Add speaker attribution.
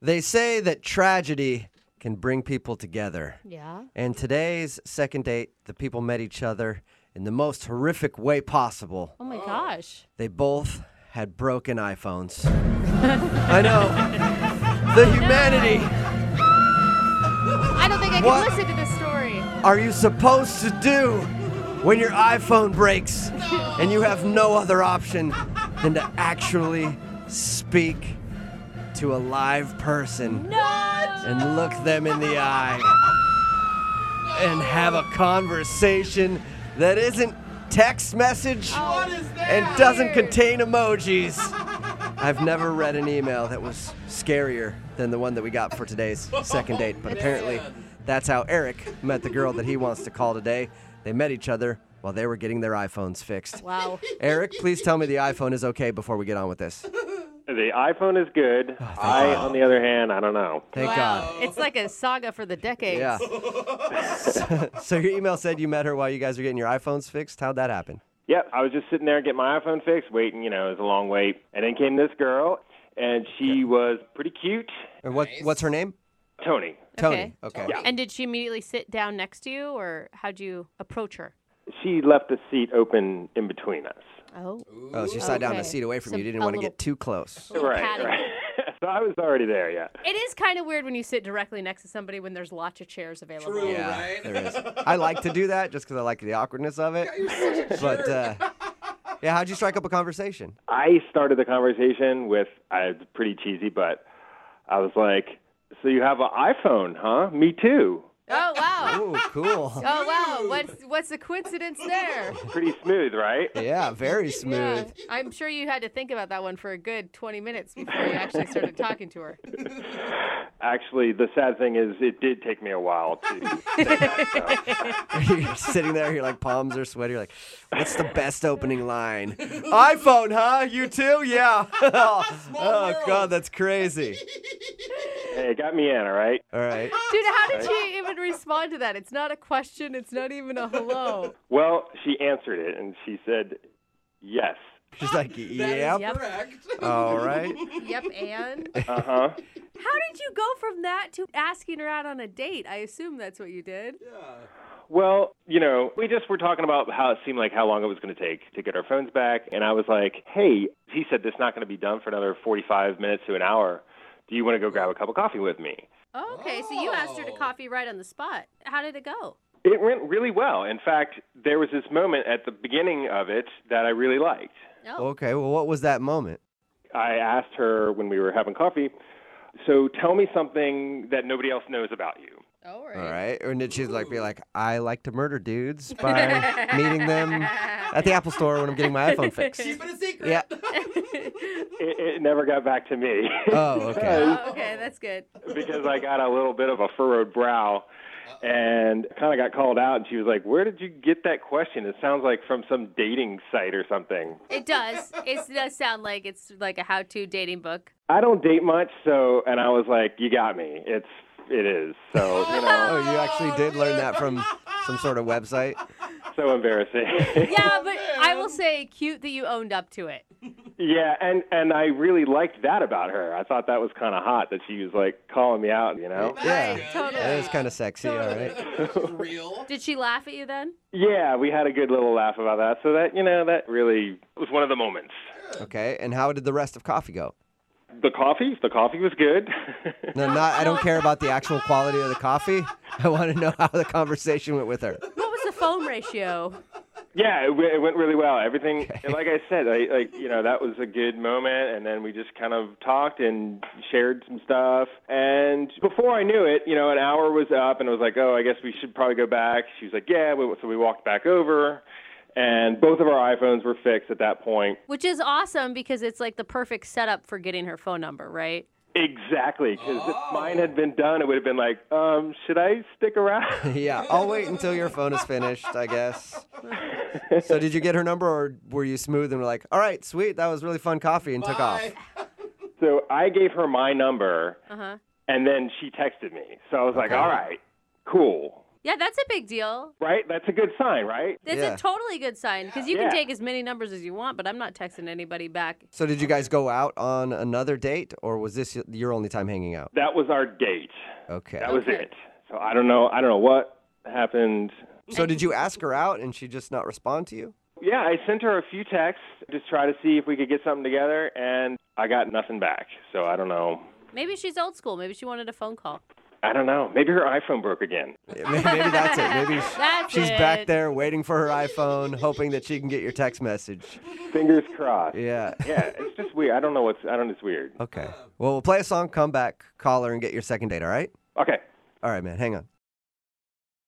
Speaker 1: They say that tragedy can bring people together.
Speaker 2: Yeah.
Speaker 1: And today's second date, the people met each other in the most horrific way possible.
Speaker 2: Oh my gosh.
Speaker 1: They both had broken iPhones. I know. The humanity.
Speaker 2: I don't think I can
Speaker 1: What?
Speaker 2: listen to this story.
Speaker 1: are you supposed to do when your iPhone breaks and you have no other option than to actually speak to a live person and look them in the eye and have a conversation that isn't text message and doesn't contain emojis. I've never read an email that was scarier than the one that we got for today's second date, but apparently that's how Eric met the girl that he wants to call today. They met each other while they were getting their iPhones fixed.
Speaker 2: Wow.
Speaker 1: Eric, please tell me the iPhone is okay before we get on with this.
Speaker 3: The iPhone is good. I, on the other hand, I don't know.
Speaker 1: Thank God.
Speaker 2: Wow. It's like a saga for the decades.
Speaker 1: Yeah. so your email said you met her while you guys were getting your iPhones fixed. How'd that happen?
Speaker 3: Yep, I was just sitting there getting my iPhone fixed, waiting. You know, it was a long wait, and then came this girl, and she was pretty cute.
Speaker 1: Or what? What's her name?
Speaker 3: Tony.
Speaker 1: Tony. Okay.
Speaker 2: Okay. And did she immediately sit down next to you or how'd you approach her?
Speaker 3: She left the seat open in between us.
Speaker 2: Oh.
Speaker 1: Oh, so you sat down a
Speaker 2: Okay.
Speaker 1: seat away from
Speaker 2: So
Speaker 1: you. You didn't
Speaker 2: a
Speaker 1: want to
Speaker 2: little-
Speaker 1: get too close.
Speaker 3: Right,
Speaker 2: Patty.
Speaker 3: right. so I was already there. Yeah.
Speaker 2: It is kind of weird when you sit directly next to somebody when there's lots of chairs available.
Speaker 4: True.
Speaker 1: Yeah,
Speaker 4: right?
Speaker 1: there is. I like to do that just because I like the awkwardness of it. but uh, yeah, how'd you strike up a conversation?
Speaker 3: I started the conversation with I it's pretty cheesy, but I was like, "So you have an iPhone, huh? Me too."
Speaker 2: Oh wow.
Speaker 1: Ooh, cool.
Speaker 2: Oh wow. What's what's the coincidence there?
Speaker 3: Pretty smooth, right?
Speaker 1: Yeah, very smooth.
Speaker 2: Yeah, I'm sure you had to think about that one for a good 20 minutes before you actually started talking to her.
Speaker 3: Actually, the sad thing is, it did take me a while to.
Speaker 1: you're sitting there, you're like palms are sweaty. You're like, what's the best opening line? iPhone, huh? You too? Yeah. oh
Speaker 4: world.
Speaker 1: God, that's crazy.
Speaker 3: hey, it got me in, all right.
Speaker 1: All right.
Speaker 2: Dude, how did she even respond to that? It's not a question, it's not even a hello.
Speaker 3: Well, she answered it, and she said, "Yes."
Speaker 1: She's like,
Speaker 4: That is
Speaker 1: yep.
Speaker 4: correct.
Speaker 1: All right.
Speaker 2: Yep, and
Speaker 3: Uh huh.
Speaker 2: how did you go from that to asking her out on a date? I assume that's what you did.
Speaker 3: Well, you know, we just were talking about how it seemed like how long it was going to take to get our phones back. And I was like, hey, he said this not going to be done for another 45 minutes to an hour. Do you want to go grab a cup of coffee with me?
Speaker 2: Okay, so you asked her to
Speaker 4: Oh.
Speaker 2: coffee right on the spot. How did it go?
Speaker 3: It went really well. In fact, there was this moment at the beginning of it that I really liked.
Speaker 2: Oh.
Speaker 1: Okay. Well, what was that moment?
Speaker 3: I asked her when we were having coffee, so tell me something that nobody else knows about you.
Speaker 2: All
Speaker 1: All right. Or did she like be like, I like to murder dudes by meeting them at the Apple store when I'm getting my iPhone fixed?
Speaker 4: Keep it a secret.
Speaker 1: Yeah.
Speaker 3: It, it never got back to me
Speaker 1: Oh, okay.
Speaker 2: Oh, okay, that's good.
Speaker 3: because I got a little bit of a furrowed brow and kind of got called out. And she was like, Where did you get that question? It sounds like from some dating site or something.
Speaker 2: It does. It does sound like it's like a how-to dating book.
Speaker 3: I don't date much, so, and I was like, You got me. It's, it is. So, you know,
Speaker 1: Oh, you actually did learn that from some sort of website.
Speaker 3: so embarrassing.
Speaker 2: Yeah, but I will say, cute that you owned up to it.
Speaker 3: yeah. And, and I really liked that about her. I thought that was kind of hot that she was like calling me out, you know?
Speaker 1: Yeah.
Speaker 2: totally.
Speaker 1: That is kind of sexy. All right.
Speaker 4: right. Real.
Speaker 2: Did she laugh at you then?
Speaker 3: Yeah, we had a good little laugh about that. So that, you know, that really was one of the moments.
Speaker 1: Okay. And how did the rest of coffee go?
Speaker 3: The coffee, the coffee was good.
Speaker 1: No, not. I don't care about the actual quality of the coffee. I want to know how the conversation went with her.
Speaker 2: What was the phone ratio?
Speaker 3: yeah, it, w- it went really well. Everything, like I said, I, like, you know, that was a good moment. And then we just kind of talked and shared some stuff. And before I knew it, you know, an hour was up and I was like, oh, I guess we should probably go back. She was like, yeah. We, so we walked back over and both of our iPhones were fixed at that point.
Speaker 2: Which is awesome because it's like the perfect setup for getting her phone number, right?
Speaker 3: Exactly, because if mine had been done, it would have been like, um, should I stick around?
Speaker 1: Yeah. I'll wait until your phone is finished. I guess. So did you get her number, or were you smooth and were like, "All right, sweet, that was really fun coffee," and took off?
Speaker 4: Bye.
Speaker 3: so I gave her my number,
Speaker 2: Uh huh.
Speaker 3: and then she texted me. So I was like, all right, cool.
Speaker 2: Yeah, that's a big deal.
Speaker 3: right? That's a good sign, right?
Speaker 2: That's
Speaker 1: Yeah.
Speaker 2: a totally good sign because you
Speaker 3: Yeah.
Speaker 2: can take as many numbers as you want, but I'm not texting anybody back.
Speaker 1: So did you guys go out on another date, or was this y- your only time hanging out?
Speaker 3: That was our date.
Speaker 1: Okay.
Speaker 3: That was
Speaker 2: Okay.
Speaker 3: it. So I don't know. I don't know what happened.
Speaker 1: So did you ask her out and she just not respond to you?
Speaker 3: Yeah, I sent her a few texts just try to see if we could get something together, and I got nothing back. So I don't know.
Speaker 2: Maybe she's old school. Maybe she wanted a phone call.
Speaker 3: I don't know. Maybe her iPhone broke again.
Speaker 1: Yeah, may- Maybe that's it. Maybe sh-
Speaker 2: That's
Speaker 1: she's back
Speaker 2: it.
Speaker 1: there waiting for her iPhone, hoping that she can get your text message.
Speaker 3: Fingers crossed.
Speaker 1: Yeah.
Speaker 3: Yeah, it's just weird. I don't know what's. I don't. It's weird.
Speaker 1: Okay. Well, we'll play a song, come back, call her, and get your second date, all right?
Speaker 3: Okay.
Speaker 1: All right, man. Hang on.